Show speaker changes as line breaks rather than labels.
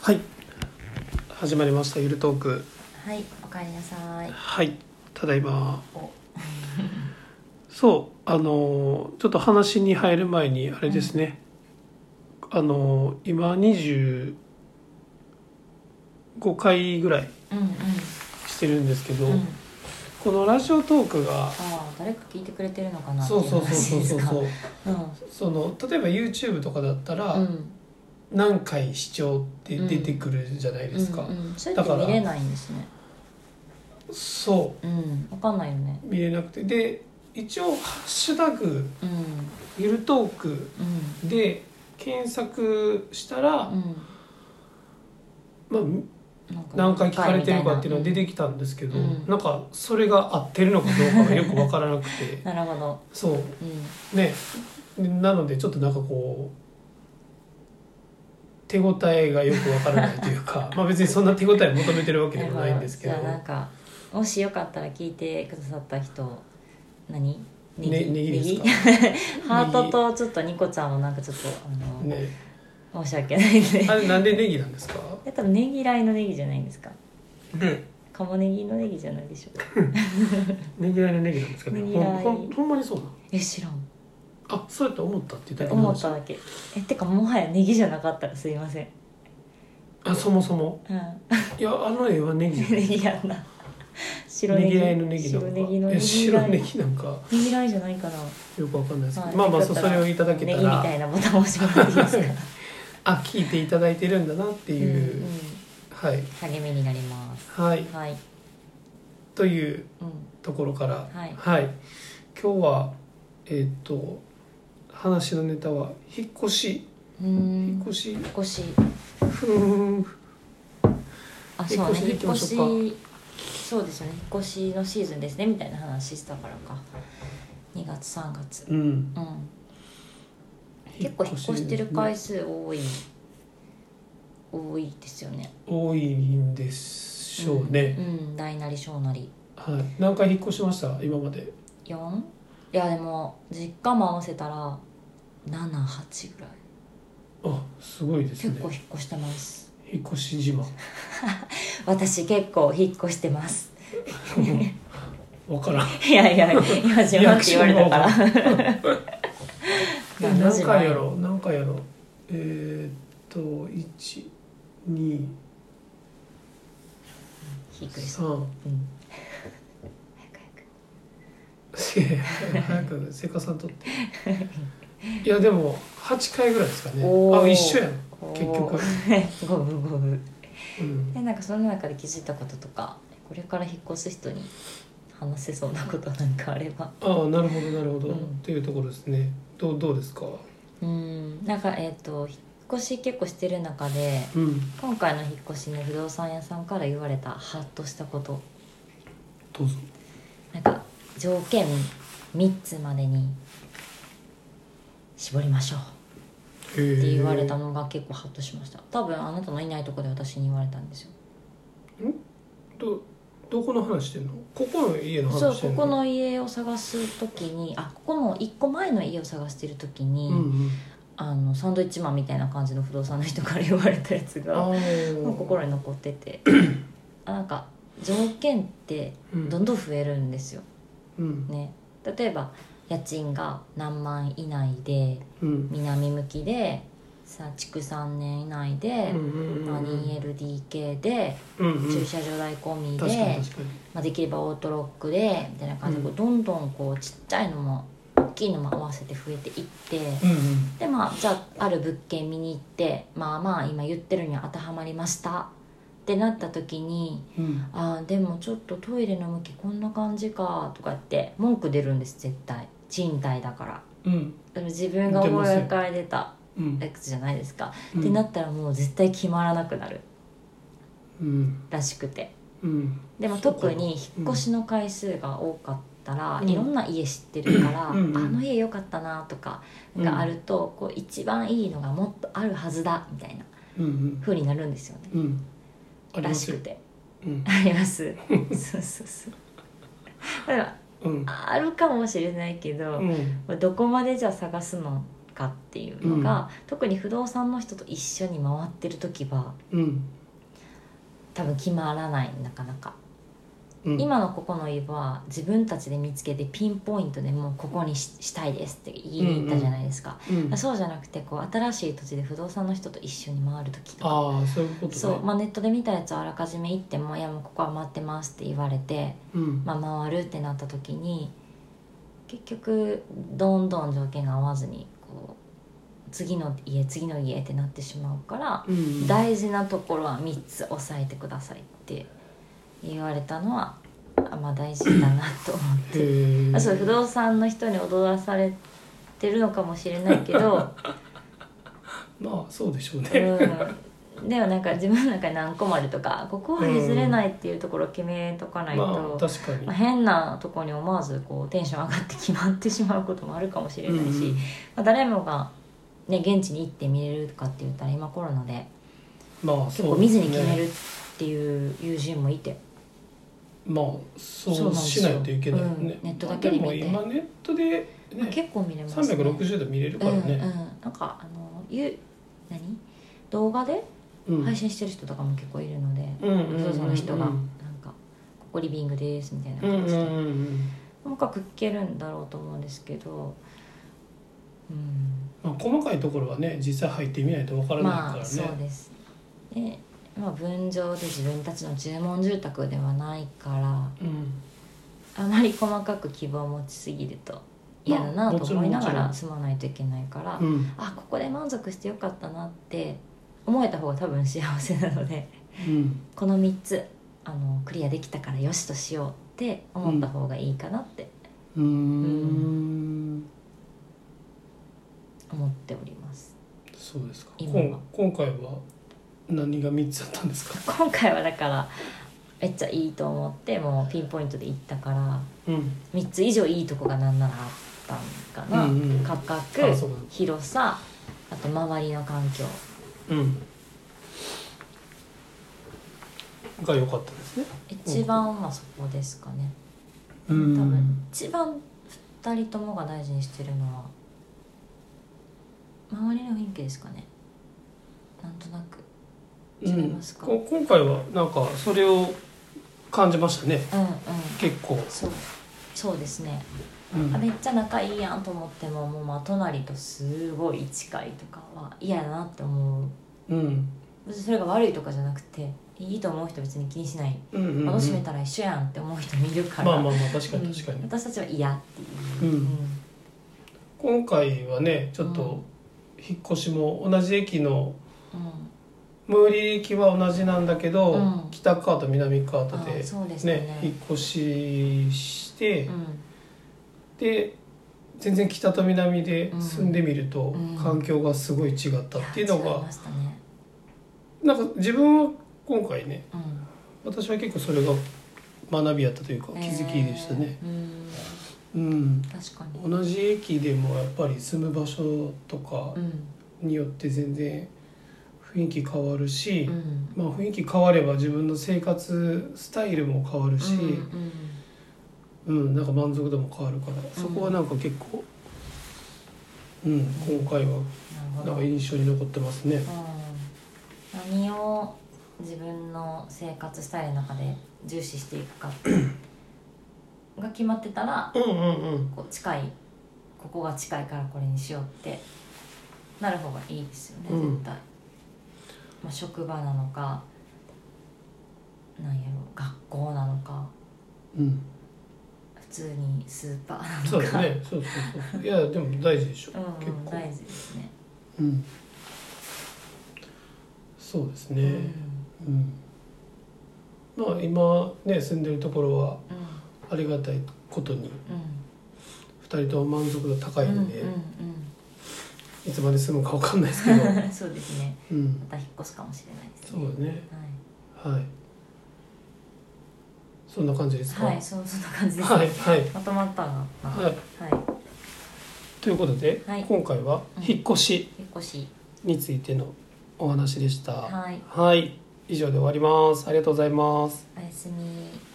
はい始まりましたゆるトーク
はい、おかえりなさい。
はいただいま
お、
そうあのーちょっと話に入る前にあれですね、あのー今25回ぐらい
うんうん。
してるんですけど、
うん、
このラジオトークが
ああ、誰か聞いてくれてるのかなってい
そうそうそうそう
話
そう
ですかう
その例えば YouTube とかだったら、
ん。うん。
何回視聴って出てくるじゃないですか、
うんうん、それ
だ
っ
から
て見れないんですね。
そ
うん、わかんないよね。
う見れなくてで一応「ハッシュタグ
うん
ゆるトーク
うん」
で検索したら、
う
まあ、
ん。なんか
何回聞かれてるかっていうのは出てきたんですけど、
うん
なんかそれが合ってるのかどうかがよく分からなく て
なるほど。
そう
うん。
ねなのでちょっとなんかこう手応えがよく分からないという かまあ別にそんな手応えを求めてるわけでもないんですけど
じゃあなんかもしよかったら聞いてくださった人何ネギ
ねネギですか
ハートとちょっとニコちゃんもなんかちょっとあの、
ね
申し訳ないんで
あれなんでネギなんです か
え多分ネギライのネギじゃないんですか
ね
鴨ネギのネギじゃないでしょうか
ネギらいのネギなんですかね
ネギ
ほん
らい
ほんほんまにそうなの
え知らん
あそうやと思ったって言っただけな
思
んで
っ
す
た
よ
だけえてかもはやネギじゃなかったらすいません
あそもそも
うん
いやあの絵はネギ
ネギやんな 白ネ
ネ
ギ
ギらいのネギな
白ネギ
ん
の
か
ネ
え
ギ
白
ライ
ネギなんか
ネギライじゃないかな
よくわかんないですけどまあまあ
よか
そ
った
そ
ら
れをいただけた
ネギみた
ら
いなボタンを押してもらって いいですか
あ聞いていただいてるんだなって
うん、う
いう、
ん、
はい
励みになります
はい
はい
という
うん
ところから
はい
今日はえーっと話のネタは引っ越し
うーん
引っ越し
引っ越し
ふーん
あそうね
引っ
引っ
越
越
し
し
行きま
そうですよね引っ越しのシーズンですねみたいな話したからか2月3月
うん
うん結構引っ越してる回数多い、多いですよね
多いんでしょうね、
うん大なり小なり
はい何回引っ越しました今まで
4? いやでも実家も合わせたら78ぐらい
あすごいです
結
ね
構引っ越してます
引っ越し自慢
私結構引っ越してます
わからん
いやいや今自慢って言われたから
え
いやマ
何
ジ前
回やろう何回やろうえー、っと1 2
びっくりした
3
うん早く早く
早くせかさんとっていやでも8回ぐらいですかね
おー
あ一緒やん結局
おー五分五分
うん
でなんかその中で気づいたこととかこれから引っ越す人に話せそうなことなんかあれば
ああなるほどなるほど、
うん
っていうところですねどうどうですか
うんなんかえっ、と引っ越し結構してる中で
うん
今回の引っ越しの不動産屋さんから言われたハッとしたこと
どうぞ
なんか条件3つまでに絞りましょう
へえ
って言われたのが結構ハッとしました多分あなたのいないとこで私に言われたんですよ
どどこの話してんのここの家の
そ
話
う
して
こ
んの
この家を探す時にあここの1個前の家を探してる時に、
うんうん
あのサンドイッチマンみたいな感じの不動産の人から言われたやつが
あ
もう
ー
心に残っててあなんか条件って
うん
どんどん増えるんですよ
うん
ね例えば家賃が何万以内で
うん
南向きでさ築3年以内で
うん、うん
まあ、2LDK で、
うんうん
駐車場代込み
確か
で
に、確かに
まあ、できればオートロックでみたいな感じで、こ
う
うどんどんこうちっちゃいのも大きいのも合わせて増えていって。
うんうん
でまあじゃあある物件見に行ってまあまあ今言ってるには当てはまりましたってなった時に
うん
ああでもちょっとトイレの向きこんな感じかとかって文句出るんです絶対賃貸だから
うん
でも自分が思い浮かべてた
うん
やつじゃないですか、
うん
ってなったらもう絶対決まらなくなる
うん
らしくて
うん
でも
そうか
特に引っ越しの回数が多かったら、
うん
いろんな家知ってるから、
うんうん
あの家良かったなとかがあると、こう一番いいのがもっとあるはずだみたいな
うんうん
風になるんですよね
うんあり
ら
ま
し
す
く
よ
て
うん
ありますそうそ うそうだから
うん
あるかもしれないけど、
うん
どこまでじゃあ探すのかっていうのが、特に不動産の人と一緒に回ってる時は
うん
多分決まらないなかなか、
うん
今のここの家は自分たちで見つけてピンポイントでもうここにししたいですって言いに行ったじゃないですか、
うん
そうじゃなくてこう新しい土地で不動産の人と一緒に回る時とか
ああそういうことね
そう、まあ、ネットで見たやつをあらかじめ行っても「いやもうここは待ってます」って言われて、
うん
まあ、回るってなった時に結局どんどん条件が合わずにこう次の家次の家ってなってしまうから
うん
大事なところは3つ押さえてくださいって言われたのはあまあ大事だなと思って。
へー
あそう不動産の人に踊らされてるのかもしれないけど、
まあそうでしょうね、
うん、でもなんか自分の中で何個までとかここは譲れないっていうところを決めとかないと、
まあ確かに、
まあ変なとこに思わずこうテンション上がって決まってしまうこともあるかもしれないし、
うん
まあ、誰もが、ね、現地に行って見れるかって言ったら今コロナで
まあ
結
そ
構
うで
見
す
ず
ね
に決めるっていう友人もいて。
まあそうしないといけないよ
そうなん
ね
ですよ、うんネットだけで見て
まあも今ネットでね
まあ結構見れますね
360度見れるから
うんう
ね、
ん、なんかあのゆ何動画で
うん
配信してる人とかも結構いるので、
うんうんうん
不動産の人が
う
なん
ん
か「ここリビングです」みたいな
うんうん
感じで、
うん
細かく聞けるんだろうと思うんですけど、うん、
まあ、細かいところはね実際入ってみないとわからないか
ま
ら
あ
ね、
そうですで、まあ、分譲で自分たちの注文住宅ではないから
うん
あまり細かく希望を持ちすぎると嫌だなと思いなが
まあ
ら
も
住まないといけないから、
うん
あここで満足してよかったなって思えた方が多分幸せなので
うん
この3つあのクリアできたからよしとしようって思った方がいいかなって
うーん
思っております、
そうですか
今は
こん今回は何が3つあったんですか
今回はだからめっちゃいいと思ってもうピンポイントで行ったから
うん
3つ以上いいとこがなんならあったんかな、
うんうん
価
あ
格
そうか
広さあと周りの環境
うんが良かったですね
一番はそこですかね、
う
多分
ん
一番2人ともが大事にしてるのは周りの雰囲気ですかねなんとなく違いますか
うんこ今回はなんかそれを感じましたね
うんうん
結構、
そうそうですね、
うん
あめっちゃ仲いいやんと思ってももうまあ隣とすごい近いとかは嫌だなって思
う
う
ん
別にそれが悪いとかじゃなくていいと思う人別に気にしない
うんうんうん
楽しめたら一緒やんって思う人もいるから、
まあまあまあ確かに確か
うん
に、
私たちは嫌っ
う
ていう、
ん
うん
今回はねちょっと引っ越しも同じ駅の
うん
最寄り駅は同じなんだけど、
うん
北側と南側と
あ
で
そうですね
ね引っ越しして、
う
で全然北と南で住んでみると、
うん
環境がすごい違った
ん、
っていうの
や違い
が
ま、したね、
なんか自分は今回ね
うん、
私は結構それが学びやったというか気づきでしたね、
えーうん
うん
確かに
同じ駅でもやっぱり住む場所とか
うん
によって全然雰囲気変わるし、
うん
まあ、雰囲気変われば自分の生活スタイルも変わるし、
うんうん
うん、なんか満足度も変わるからそこはなんか結構、うん今回は
なるほ
なん
ど
か印象に残ってますね。
うん、何を自分の生活スタイルの中で重視していく かが決まってたら
うんうんうん、
こう近いここが近いからこれにしようってなる方がいいですよね、
うん
絶対、まあ、職場なのかなんやろ学校なのか
うん、
普通にスーパーなのか
そうですねそうそうそういやでも大事でしょ、
うんうん、
結構、
大事ですね
うん、そうです
う
ね、
ん
うんまあ今ね住んでるところはありがたいことに
うん
2人とも満足度高い
うんうん
んで、
う
いつまで住むかわかんないですけど、
んうんそうですね
うん
ま、た引っ越すかもしれないです
そうだね
はい
はいそんな感じですか
はい、そそんな感じです、
はいはい
まとまったな。は
はい、
い、
ということで、
はい
今回は
うん
引っ越し
引っ越し。
についてのお話でした。
はい、
はい、以上で終わります。ありがとうございます。
おやすみ。